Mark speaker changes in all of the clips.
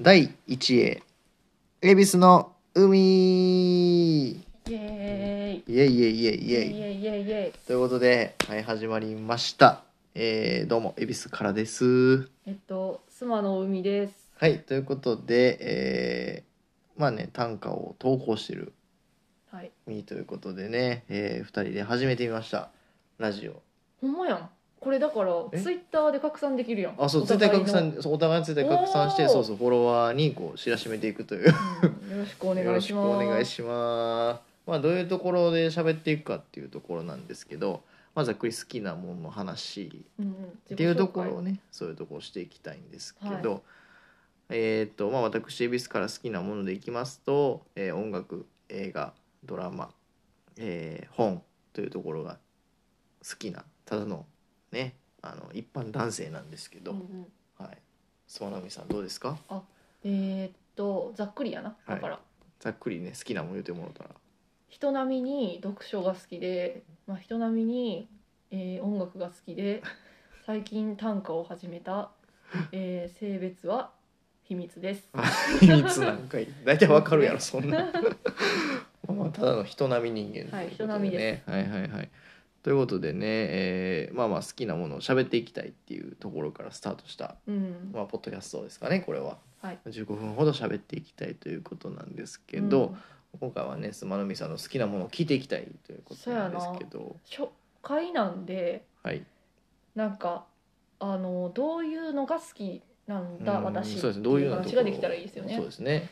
Speaker 1: 第1位恵比寿の海イ
Speaker 2: イエーイ
Speaker 1: エイイエイイエイイエイ
Speaker 2: イエイイエイイエイ
Speaker 1: ということで、はい、始まりましたえー、どうも恵比寿からです
Speaker 2: えっとスマの海です
Speaker 1: はいということでえー、まあね短歌を投稿してる
Speaker 2: はい
Speaker 1: みーということでね、えー、2人で始めてみましたラジオ
Speaker 2: ほんまやんこれだから
Speaker 1: え
Speaker 2: ツイッターで拡散できるやん
Speaker 1: あそう
Speaker 2: お
Speaker 1: ツイ
Speaker 2: 互
Speaker 1: ッター
Speaker 2: いの
Speaker 1: 拡散そうお互いのツイッター拡散して
Speaker 2: おー
Speaker 1: そうそうフォロワーにこう知らしめていくという
Speaker 2: うんよろしくお願いしま
Speaker 1: よろ
Speaker 2: す
Speaker 1: しくお願いします。まあどういうところで喋っていくかっていうところなんですけど、まあざっくり好きなものの話
Speaker 2: うんうん
Speaker 1: っていうところをね、そういうところをしていきたいんですけど、えっ、とまあ私恵比寿から好きなものでいきますと、えー音楽、映画、ドラマ、えー本というところが好きなただのねあの一般男性なんですけど、
Speaker 2: うんうん
Speaker 1: はい。スワナミさんどうですか？
Speaker 2: えーっとざっくりやなだから、
Speaker 1: ざっくりね好きなもの言ってもらったら。
Speaker 2: 人並みに読書が好きで、まあ、人並みに、えー音楽が好きで最近短歌を始めた、えー性別は秘密です
Speaker 1: 秘密なんかい大体わかるやろそんなまあまあただの人並み人間
Speaker 2: はい
Speaker 1: とうこと
Speaker 2: 人並み
Speaker 1: ね
Speaker 2: で
Speaker 1: はいはいはいということでね、えーまあまあ好きなものを喋っていきたいっていうところからスタートした、
Speaker 2: うん
Speaker 1: まあ、ポッドキャストですかねこれは、
Speaker 2: はい
Speaker 1: 15分ほど喋っていきたいということなんですけど、今回はねすまのみさんの好きなものを聞いていきたいということなんですけど
Speaker 2: 初回なんで
Speaker 1: はい
Speaker 2: なんかあのどういうのが好きなんだ
Speaker 1: うん
Speaker 2: 私
Speaker 1: そうですねどういうようなと
Speaker 2: 話
Speaker 1: ころ
Speaker 2: ができたらいいですよね。
Speaker 1: そう
Speaker 2: う
Speaker 1: ですね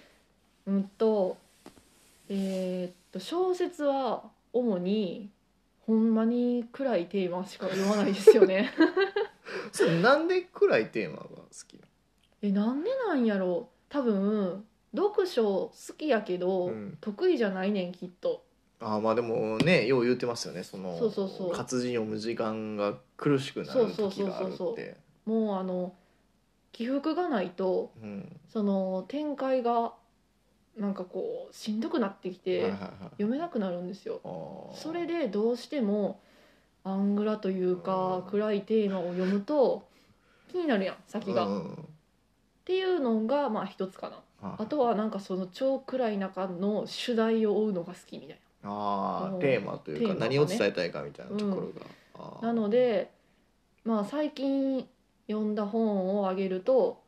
Speaker 2: んとえーっと小説は主にほんまに暗いテーマしか読まないです よね。
Speaker 1: それなんで暗いテーマが好きな
Speaker 2: えなんでなんやろう多分読書好きやけど、
Speaker 1: うん
Speaker 2: 得意じゃないねんきっと。
Speaker 1: あーまあでもねよう言ってますよねその
Speaker 2: そうそうそう
Speaker 1: 活字読む時間が苦しくなる時がある
Speaker 2: そうそうそうそう
Speaker 1: っ
Speaker 2: そ
Speaker 1: て
Speaker 2: もうあの起伏がないと
Speaker 1: うん
Speaker 2: その展開がなんかこうしんどくなって
Speaker 1: は
Speaker 2: き
Speaker 1: い
Speaker 2: て
Speaker 1: はいはい
Speaker 2: 読めなくなるんですよ。
Speaker 1: あー
Speaker 2: それでどうしてもアングラというか
Speaker 1: うん
Speaker 2: 暗いテーマを読むと気になるやん先が。
Speaker 1: う
Speaker 2: っ
Speaker 1: ん
Speaker 2: ていうのがまあ一つかな。あとはなんかその超暗い中の主題を追うのが好きみたい
Speaker 1: あ
Speaker 2: う
Speaker 1: ー
Speaker 2: ん
Speaker 1: テーマというか
Speaker 2: テーマがね
Speaker 1: 何を伝えたいかみたいなところがあー
Speaker 2: な。なのでまあ最近読んだ本を挙げると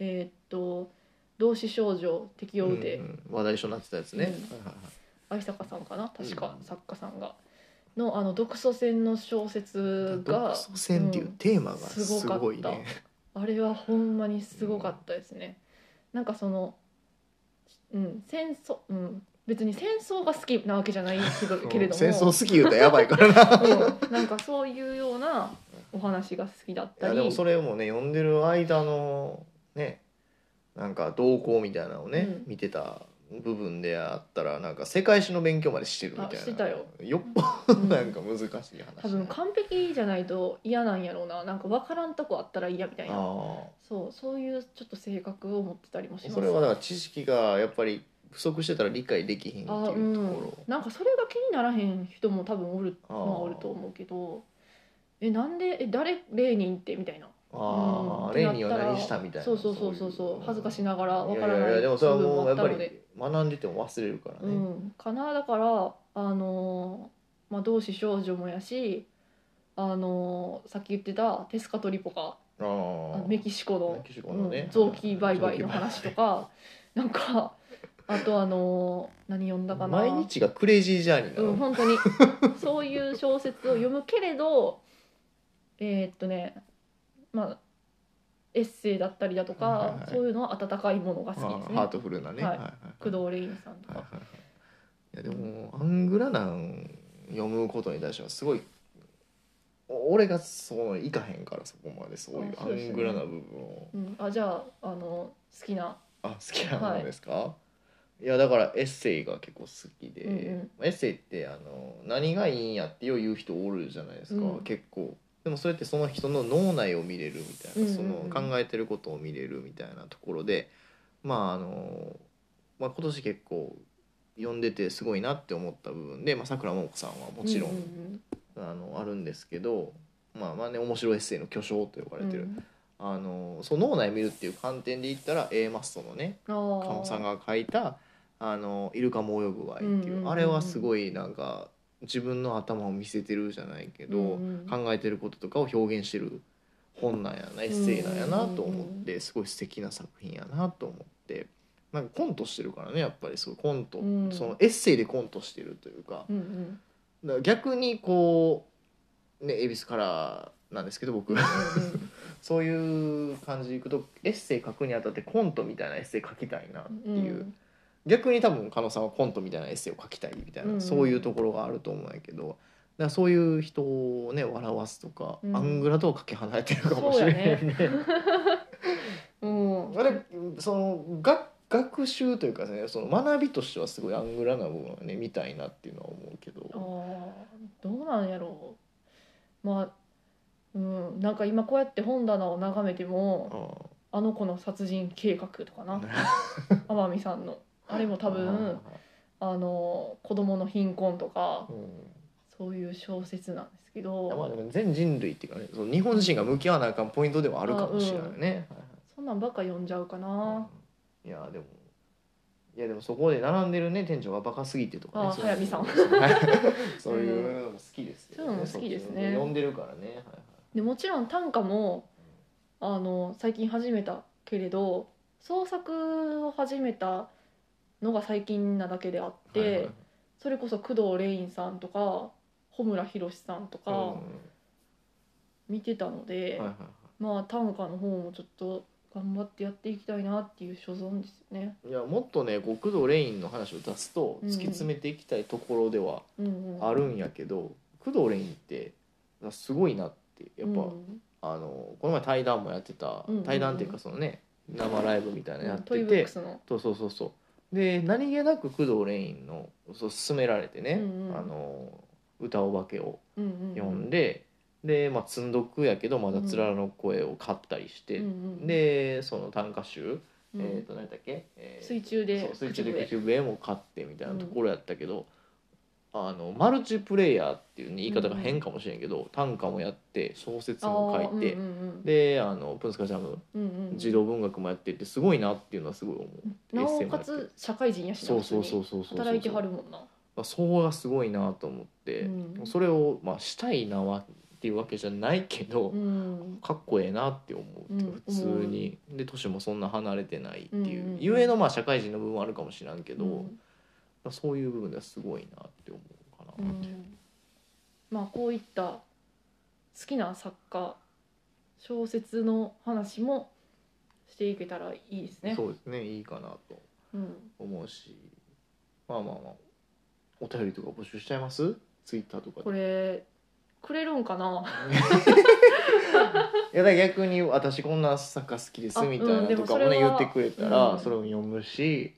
Speaker 2: えーっと「同志少女適応で
Speaker 1: うんうん話題書になってたやつね
Speaker 2: うん
Speaker 1: はいはいはい
Speaker 2: 愛坂さんかな確か
Speaker 1: うん
Speaker 2: 作家さんが。のあの独ソ戦の小説
Speaker 1: 独
Speaker 2: が
Speaker 1: ソ戦っていうテーマがすごい
Speaker 2: すごかっ
Speaker 1: ね
Speaker 2: あれはほんまにすごかったですね、なんかそのうん戦争うん別に戦争が好きなわけじゃないけどけれ
Speaker 1: うん
Speaker 2: ども
Speaker 1: 戦争好き言うたらやばいからな
Speaker 2: うんなんかそういうようなお話が好きだっ
Speaker 1: い
Speaker 2: た
Speaker 1: や
Speaker 2: り
Speaker 1: でもそれもね読んでる間のねなんか動向みたいなのをね、
Speaker 2: うん
Speaker 1: 見てた部分であったらなんか世界史の勉強までしてるみたいな
Speaker 2: あしてたよ
Speaker 1: よっぽど
Speaker 2: うん
Speaker 1: なんか難しい話、ね
Speaker 2: 多分完璧じゃないと嫌なんやろうななんか分からんとこあったら嫌みたいな
Speaker 1: あ
Speaker 2: そうそういうちょっと性格を持ってたりもし
Speaker 1: あ
Speaker 2: ます
Speaker 1: それはだから知識がやっぱり不足してたら理解できひんって
Speaker 2: あう
Speaker 1: いうとこ
Speaker 2: んなんかそれが気にならへん人も多分おる
Speaker 1: あー
Speaker 2: まあおると思うけどえなんでえ誰レーニンってみたいな
Speaker 1: ろ、ああレイニーは何したみたいな
Speaker 2: そうそうそうそうそう恥ずかしながらわ
Speaker 1: い
Speaker 2: か
Speaker 1: やい
Speaker 2: らな
Speaker 1: や
Speaker 2: い
Speaker 1: いやでもそれはもうやっぱ
Speaker 2: 部分もあった
Speaker 1: り
Speaker 2: ので
Speaker 1: 学んでても忘れるから
Speaker 2: う
Speaker 1: ね、
Speaker 2: んかなだからあのーまあ同志少女もやしあのーさっき言ってたテスカトリポカ
Speaker 1: ああ
Speaker 2: メキシコの
Speaker 1: メキシコのね
Speaker 2: うん臓器売買の話とかなんかあとあのー何読んだかな
Speaker 1: 毎日がクレイジージャーニーなの、
Speaker 2: うん、本当 にそういう小説を読むけれどえーっとねまあエッセイだったりだとか、
Speaker 1: はいはいはい
Speaker 2: そういうのは温かいものが好きです
Speaker 1: あ
Speaker 2: ね
Speaker 1: ハートフルなね、
Speaker 2: はい
Speaker 1: はい
Speaker 2: 工藤レインさんと
Speaker 1: はいはい
Speaker 2: か、
Speaker 1: はいいやでもアングラなん読むことに対してはすごいお俺がそういかへんからそこまでそういう
Speaker 2: あ
Speaker 1: ア
Speaker 2: そうですね
Speaker 1: ングラな部分を
Speaker 2: うん、あじゃああの好きな
Speaker 1: あ好きなものですか、い、やだからエッセイが結構好きで、
Speaker 2: うん
Speaker 1: エッセイってあの何がいいんやってよう言う人おるじゃないですか、
Speaker 2: うん
Speaker 1: 結構でもそれってその人の脳内を見れるみたいな、
Speaker 2: うんうんうん
Speaker 1: その考えてることを見れるみたいなところでまああの、まあ、今年結構読んでてすごいなって思った部分でまあさくらももこさんはもちろん、
Speaker 2: うう
Speaker 1: あのあるんですけどまあまあね面白いエッセイの巨匠と呼ば
Speaker 2: う
Speaker 1: れ
Speaker 2: ん
Speaker 1: てる、あのその脳内を見るっていう観点で言ったら A マストのね
Speaker 2: あー
Speaker 1: 鴨さんが書いた「あのイルカも泳ぐわい」っていう,、
Speaker 2: うんうんうんうん
Speaker 1: あれはすごいなんか自分の頭を見せてるじゃないけど、
Speaker 2: うんうん
Speaker 1: 考えてることとかを表現してる本なんやなエッセイなんやなと思って、
Speaker 2: うんうん
Speaker 1: すごい素敵な作品やなと思ってなんかコントしてるからねやっぱりそうコント、
Speaker 2: うん
Speaker 1: そのエッセイでコントしてるというか
Speaker 2: うんうん
Speaker 1: だから逆にこうね恵比寿カラーなんですけど僕 そういう感じでいくとエッセイ書くにあたってコントみたいなエッセイ書きたいなって
Speaker 2: うん
Speaker 1: いう、逆に多分狩野さんはコントみたいなエッセイを書きたいみたいな、
Speaker 2: うん
Speaker 1: そういうところがあると思うんやけどだからそういう人をね笑わすとか、
Speaker 2: うん
Speaker 1: アングラとはかけ離れてるかもしれないね。
Speaker 2: うんうん
Speaker 1: あれその学学習というかねその学びとしてはすごいアングラな部分をね見たいなっていうのは思うけど。
Speaker 2: あーどうなんやろうまあうん、なんか今こうやって本棚を眺めても「あの子の殺人計画」とかな天海さんのあれも多分あの子供の貧困とか
Speaker 1: うん
Speaker 2: そういう小説なんですけ
Speaker 1: まあ
Speaker 2: ど
Speaker 1: でも全人類っていうかねその日本人が向き合わなあかんポイントではあるかもしれないね。はいはい
Speaker 2: そんなんばっか読んじゃうかな、
Speaker 1: いやでもいやでもそこで並んでるね店長がバカすぎてとかね
Speaker 2: あー
Speaker 1: そういうの
Speaker 2: 速水さん
Speaker 1: はい そういうのも好きです
Speaker 2: そういうのも好きですね
Speaker 1: 呼んでるからね、はいはい
Speaker 2: でもちろん短歌もあの最近始めたけれど創作を始めたのが最近なだけであって、
Speaker 1: はいはいはい
Speaker 2: それこそ工藤レインさんとか穂村弘さんとか見てたので、
Speaker 1: うんはいはいは
Speaker 2: まあ短歌の方もちょっと頑張ってやっていきたいなっていう所存ですよね。
Speaker 1: いいやもっとねこう工藤レインの話を出すと
Speaker 2: うん
Speaker 1: 突き詰めていきたいところでは
Speaker 2: うんうん、
Speaker 1: あるんやけど、工藤レインってすごいなってやっぱ、
Speaker 2: うん
Speaker 1: あのこの前対談もやってた、
Speaker 2: うんうんうん
Speaker 1: 対談っていうかそのね生ライブみたいなのやっ
Speaker 2: ト
Speaker 1: て
Speaker 2: イブッ
Speaker 1: て
Speaker 2: ク、スの、
Speaker 1: そうそうそうそうで何気なく工藤レインのそう勧められてね、
Speaker 2: うんうん
Speaker 1: あの歌お化けを
Speaker 2: うんうんうん、
Speaker 1: 読んで、で、まあ、積んどくやけどまだつららの声を買ったりして、
Speaker 2: うんうん、
Speaker 1: でその短歌集、
Speaker 2: うん、
Speaker 1: えっ、と何だっけ、えー
Speaker 2: 水中で
Speaker 1: そう水中で
Speaker 2: 口笛
Speaker 1: 口笛も買ってみたいなところやったけど、あのマルチプレイヤーっていうね、言い方が変かもしれんけど、短歌もやって小説も書いて、
Speaker 2: あーうんうん
Speaker 1: であのプンスカジャム
Speaker 2: うんうんうん、
Speaker 1: 児童文学もやってってすごいなっていうのはすごい思う。
Speaker 2: な
Speaker 1: エッセ
Speaker 2: お
Speaker 1: イも
Speaker 2: か
Speaker 1: やって
Speaker 2: つ社会人やしな
Speaker 1: そうそうそううそうそう
Speaker 2: 働いてはるもんな
Speaker 1: あそうがすごいなと思って、
Speaker 2: うん
Speaker 1: それをまあしたいなはっていうわけじゃないけど、
Speaker 2: うん
Speaker 1: かっこええなって思う、
Speaker 2: うん
Speaker 1: 普通にで年もそんな離れてないっていう、
Speaker 2: うんうんうん
Speaker 1: ゆえのまあ社会人の部分はあるかもしれんけど、
Speaker 2: うん
Speaker 1: そういう部分ではすごいなって思うか
Speaker 2: う
Speaker 1: な、
Speaker 2: んまあこういった好きな作家小説の話もしていけたらいいですね
Speaker 1: そうですねいいかなと
Speaker 2: うん、
Speaker 1: 思うしまあまあまあお便りとか募集しちゃいますツイッターとかで
Speaker 2: これくれるんかない
Speaker 1: やだから逆に私こんな作家好きです
Speaker 2: あ
Speaker 1: みたいなとかも
Speaker 2: うんでもそ
Speaker 1: ね、
Speaker 2: れ
Speaker 1: 言
Speaker 2: は
Speaker 1: ってくれたら、
Speaker 2: うん
Speaker 1: それも読むし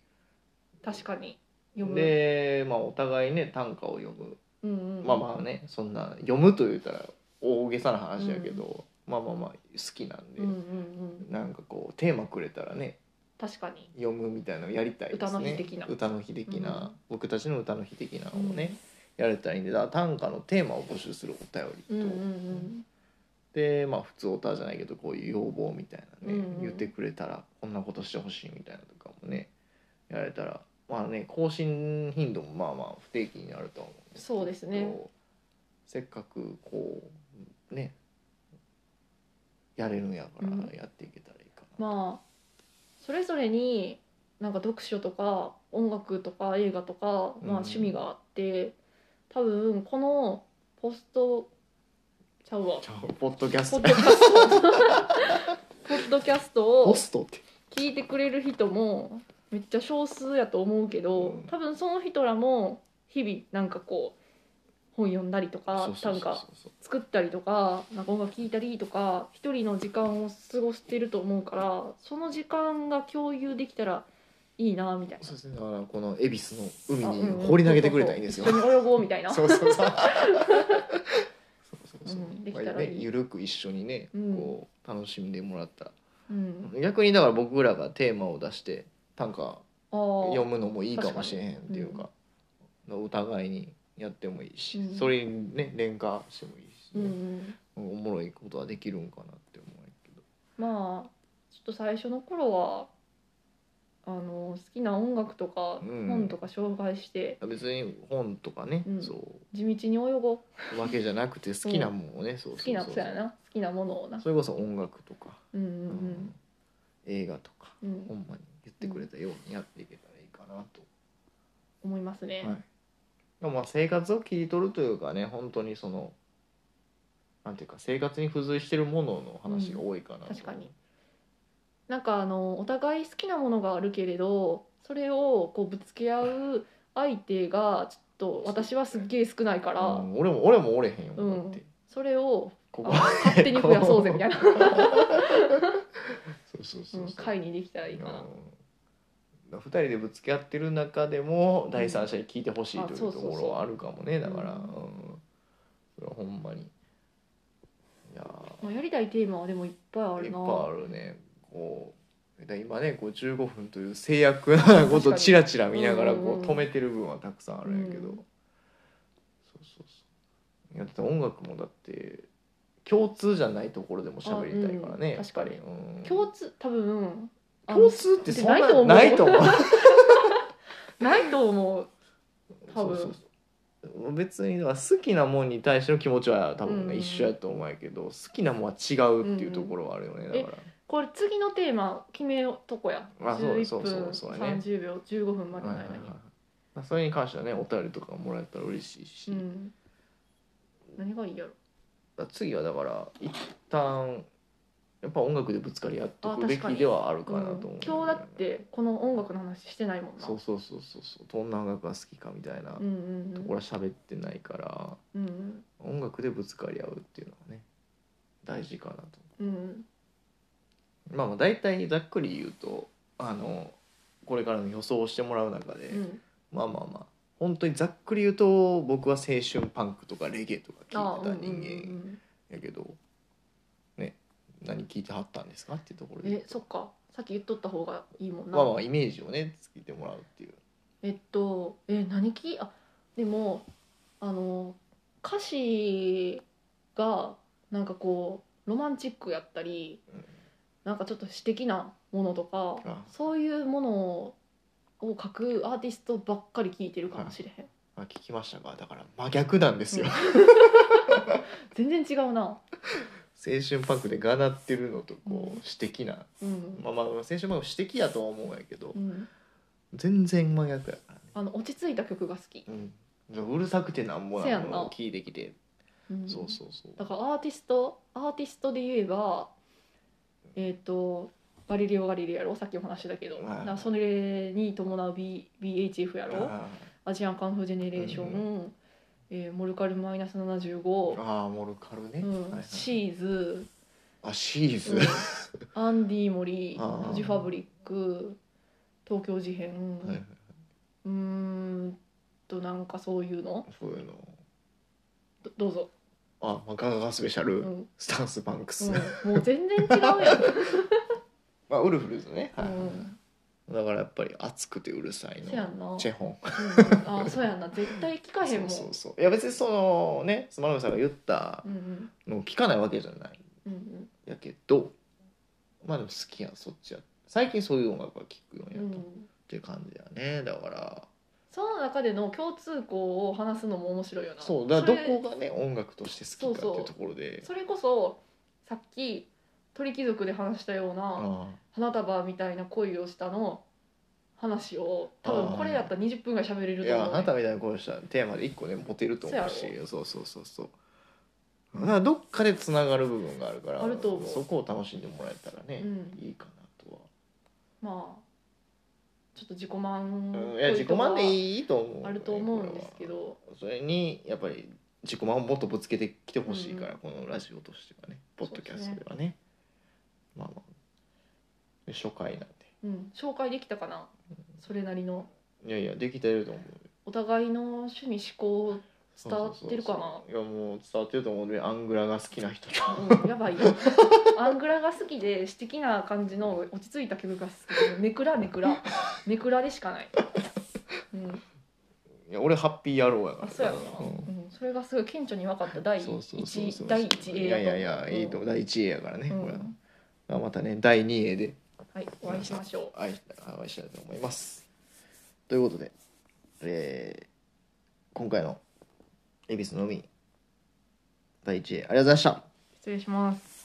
Speaker 2: 確かに読む、
Speaker 1: で、まあ、お互いね短歌を読む、
Speaker 2: うんうん、
Speaker 1: まあまあねそんな読むと言ったら大げさな話やけど、まあまあまあ好きなんで、
Speaker 2: うんうんうん、
Speaker 1: なんかこうテーマくれたらね
Speaker 2: 確かに
Speaker 1: 読むみたいなのやりたいですね
Speaker 2: 歌の日的な
Speaker 1: 歌の日的な、僕たちの歌の日的なのをね、やれたらいいんでだから短歌のテーマを募集するお便りと。
Speaker 2: うんうんうん
Speaker 1: でまあ普通オタじゃないけどこういう要望みたいなね、
Speaker 2: うんうん
Speaker 1: 言ってくれたらこんなことしてほしいみたいなとかもねやれたらまあね更新頻度もまあまあ不定期になるとは思うんですけど
Speaker 2: そうですね
Speaker 1: せっかくこうねやれるんやから
Speaker 2: うん
Speaker 1: やっていけたらいいかな、
Speaker 2: まあそれぞれになんか読書とか音楽とか映画とか、
Speaker 1: うん
Speaker 2: まあ、趣味があって多分このポストちゃうわ
Speaker 1: じゃあポッドキャス
Speaker 2: ポ
Speaker 1: ト
Speaker 2: ッドキャス トポッドキャスト
Speaker 1: ポ
Speaker 2: を
Speaker 1: ストって
Speaker 2: 聞いてくれる人もめっちゃ少数やと思うけど、
Speaker 1: うん
Speaker 2: 多分その人らも日々なんかこう本読んだりとか
Speaker 1: そうそうそ
Speaker 2: 短
Speaker 1: う
Speaker 2: 歌
Speaker 1: そう
Speaker 2: 作ったりとかなんか音楽聴いたりとか一人の時間を過ごしてると思うからその時間が共有できたらいいなみたい
Speaker 1: そうですねだからこの恵比寿の海
Speaker 2: なあうん
Speaker 1: に放り投げてくれたらいいんですよ
Speaker 2: そうそう一緒に泳 ごうみたいな
Speaker 1: そうそうそう。そうそうそう
Speaker 2: うんできたらいい
Speaker 1: まあねゆるく一緒にね、
Speaker 2: うん
Speaker 1: こう楽しんでもらったら、
Speaker 2: うん、
Speaker 1: 逆にだから僕らがテーマを出して短歌
Speaker 2: あー
Speaker 1: 読むのもいいかもしれへんっていうか
Speaker 2: 確、
Speaker 1: お互いにやってもいいし、
Speaker 2: うん
Speaker 1: それにね連歌してもいいし
Speaker 2: うんう
Speaker 1: ね、
Speaker 2: ん
Speaker 1: おもろいことはできるんかなって思うけど
Speaker 2: まあちょっと最初の頃はあの好きな音楽とか
Speaker 1: うん
Speaker 2: 本とか紹介して
Speaker 1: 別に本とかね、
Speaker 2: うん
Speaker 1: そう
Speaker 2: 地道に泳ごう
Speaker 1: わけじゃなくて好きなものをね、そう
Speaker 2: 好
Speaker 1: そ
Speaker 2: き
Speaker 1: う
Speaker 2: な
Speaker 1: そう
Speaker 2: そうやな好きなものをな
Speaker 1: それこそ音楽とか、
Speaker 2: うんう
Speaker 1: うん
Speaker 2: ん
Speaker 1: 映画とか、
Speaker 2: うんう
Speaker 1: ほ
Speaker 2: ん
Speaker 1: んまに言ってくれたようにやっていけたらいいかなと、
Speaker 2: 思いますね
Speaker 1: はいでもまあ生活を切り取るというかね本当にそのなんていうか生活に付随してるものの話が多いかなと、
Speaker 2: うん確かになんかあのお互い好きなものがあるけれどそれをこうぶつけ合う相手がちょっと私はすっげえ少ないか
Speaker 1: う
Speaker 2: ら
Speaker 1: ん俺も俺も折れへんよ、
Speaker 2: うん
Speaker 1: だって
Speaker 2: それを
Speaker 1: こ
Speaker 2: あ
Speaker 1: こ
Speaker 2: の勝手に増やそうぜみたい な
Speaker 1: そうそう
Speaker 2: う
Speaker 1: そうんそう
Speaker 2: 会にできたらいいかな
Speaker 1: うん2人でぶつけ合ってる中でも第三者に聞いてほしい
Speaker 2: あ
Speaker 1: という
Speaker 2: そ
Speaker 1: と
Speaker 2: うそうそう
Speaker 1: ころはあるかもねだから、う
Speaker 2: うんん、
Speaker 1: それはほんまにいやー
Speaker 2: まあやりたいテーマはでもいっぱいあ
Speaker 1: いっ
Speaker 2: る
Speaker 1: ぱ
Speaker 2: ない
Speaker 1: あるねこうだから今ね55分という制約なことをチラチラ見ながら
Speaker 2: うんうん
Speaker 1: こ
Speaker 2: うん
Speaker 1: う止めてる分はたくさんあるんやけど、
Speaker 2: うん
Speaker 1: そうそうそういやだって音楽もだって共通じゃないところでも喋りたいからね、
Speaker 2: あうん確かに
Speaker 1: やっぱりうん
Speaker 2: 共通多分あの
Speaker 1: 共通ってそんなな
Speaker 2: ないい
Speaker 1: と
Speaker 2: と
Speaker 1: 思
Speaker 2: 思
Speaker 1: う。
Speaker 2: ないと思う 多分
Speaker 1: そうそうそう別にだから好きなもんに対しての気持ちは多分ね、
Speaker 2: うん
Speaker 1: 一緒やと思うんやけど好きなもんは違うっていうところはあるよね、
Speaker 2: ん
Speaker 1: だから
Speaker 2: これ次のテーマ決めとこや
Speaker 1: あそうそ
Speaker 2: 11
Speaker 1: うそう
Speaker 2: 分
Speaker 1: そうやね
Speaker 2: 30秒15分までの
Speaker 1: はいはい
Speaker 2: 間
Speaker 1: はい
Speaker 2: に、
Speaker 1: まあそれに関してはねお便りとかもらえたら嬉しいし、
Speaker 2: うん何がいいやろ
Speaker 1: まあ次はだから一旦やっぱ音楽でぶつかり合ってい
Speaker 2: あ
Speaker 1: くべ
Speaker 2: 確
Speaker 1: き
Speaker 2: かに
Speaker 1: ではあるかなと思う、
Speaker 2: うん今日だってこの音楽の話してないもんな
Speaker 1: そうそうそうそうそうどんな音楽が好きかみたいな
Speaker 2: うんうん
Speaker 1: ところは喋ってないから、
Speaker 2: うんうん
Speaker 1: 音楽でぶつかり合うっていうのはね大事かなと
Speaker 2: うん
Speaker 1: まあまあ大体ざっくり言うとあのこれからの予想をしてもらう中で、
Speaker 2: うん
Speaker 1: まあまあまあ本当にざっくり言うと僕は青春パンクとかレゲエとか
Speaker 2: あ
Speaker 1: 聞いてた人間
Speaker 2: うんうんうん
Speaker 1: やけど、ね何聞いてはったんですかっていうところで
Speaker 2: えそっかさっき言っとった方がいいもんな、
Speaker 1: まあまあイメージをねつけてもらうっていう
Speaker 2: えっとえ何きあでもあの歌詞がなんかこうロマンチックやったり、
Speaker 1: うん
Speaker 2: なんかちょっと詩的なものとか
Speaker 1: あ
Speaker 2: そういうものを書くアーティストばっかり聞いてるかもしれへん、
Speaker 1: あ聞きましたがだから真逆なんですよ、
Speaker 2: う全然違う な
Speaker 1: 青春パンクでがなってるのとこ
Speaker 2: う
Speaker 1: う詩的な、
Speaker 2: うん、
Speaker 1: まあまあまあ青春パンクも詩的やとは思うんやけど、
Speaker 2: うん、
Speaker 1: 全然真逆やからね、
Speaker 2: あの落ち着いた曲が好き、
Speaker 1: うん、うるさくてなんぼな
Speaker 2: せやん
Speaker 1: の
Speaker 2: な
Speaker 1: を聞いてきて、
Speaker 2: うん
Speaker 1: そうそうそう
Speaker 2: だからアーティストアーティストで言えばえっ、とガリレオ・ガリレイやろさっきお話ししたけど、
Speaker 1: はい
Speaker 2: だからそれに伴う、B、BHF やろ
Speaker 1: あ
Speaker 2: アジアンカンフージェネレーション、
Speaker 1: う
Speaker 2: えーモルカルマイナス75、
Speaker 1: あーモルカルね、
Speaker 2: う
Speaker 1: はい
Speaker 2: ん
Speaker 1: はい
Speaker 2: シーズ、
Speaker 1: あシーズ、
Speaker 2: うん アンディ・モリ
Speaker 1: あー
Speaker 2: フジファブリック東京事変、
Speaker 1: はいはいう
Speaker 2: ーんとなんかそういうの
Speaker 1: そういうの
Speaker 2: どどうぞ、
Speaker 1: あ、まあ、ガガガスペシャル、
Speaker 2: うんうん
Speaker 1: スタンスパンクス、
Speaker 2: もう全然違うやん、
Speaker 1: まあウルフルズね、はいはいは
Speaker 2: うん
Speaker 1: いだからやっぱり熱くてうるさい
Speaker 2: せや
Speaker 1: の
Speaker 2: んな
Speaker 1: チェホン
Speaker 2: うんあそうやんな絶対聞かへんもん
Speaker 1: そうそうそういや別にそのねスマルムさんが言った
Speaker 2: うんうん
Speaker 1: のを聞かないわけじゃない
Speaker 2: うんうん
Speaker 1: やけどまあでも好きやんそっちや最近そういう音楽は聞くようにな
Speaker 2: う
Speaker 1: った、っ
Speaker 2: ん
Speaker 1: ていう感じだねだから
Speaker 2: その中での共通項を話すのも面白いよな
Speaker 1: そうだから
Speaker 2: れ
Speaker 1: どこがね音楽として好きかっていうところで
Speaker 2: それこそさっき鳥貴族で話したような
Speaker 1: あ
Speaker 2: 花束みたいな恋をしたの話を多分これやったら20分ぐらい喋れ
Speaker 1: あ
Speaker 2: る
Speaker 1: い
Speaker 2: と思
Speaker 1: や
Speaker 2: う
Speaker 1: あ
Speaker 2: ね、
Speaker 1: なたみたいなこうしたテーマで一個ねモテると思うし
Speaker 2: そや
Speaker 1: そうそうそうそうだからどっかでつながる部分があるから
Speaker 2: あると思う
Speaker 1: そこを楽しんでもらえたらね、
Speaker 2: うん
Speaker 1: いいかなとは、
Speaker 2: まあちょっと自己満
Speaker 1: うんいや自己満で
Speaker 2: い
Speaker 1: いいと思うね、
Speaker 2: あると思うんですけど
Speaker 1: これはそれにやっぱり自己満をもっとぶつけてきてほしいから、このラジオとしてはねポッドキャストではねまあまあで初回なんで
Speaker 2: うん、紹介できたかなそれなりの
Speaker 1: いやいやできてると思う
Speaker 2: お互いの趣味思考、伝わってるかな
Speaker 1: そうそうそういやもう伝わってると思うねアングラが好きな人と
Speaker 2: うん、や ばいよアングラが好きで詩的な感じの落ち着いた曲が好きでネクラネクラネクラでしかない、うん、
Speaker 1: いや俺ハッピー野郎やから
Speaker 2: あそうやろな、
Speaker 1: うん
Speaker 2: うんそれがすごい顕著に分かった第
Speaker 1: そうそうそうそう
Speaker 2: 1第一 A
Speaker 1: いやいやいやいいと
Speaker 2: 思
Speaker 1: 思う第一 A やからね、
Speaker 2: う
Speaker 1: これは
Speaker 2: ん
Speaker 1: まあまたね第2位で
Speaker 2: はい、お会いしましょ
Speaker 1: お会いお会いしたいと思います。ということで、えー今回の「恵比寿の海」第1位ありがとうございました。
Speaker 2: う。失礼します。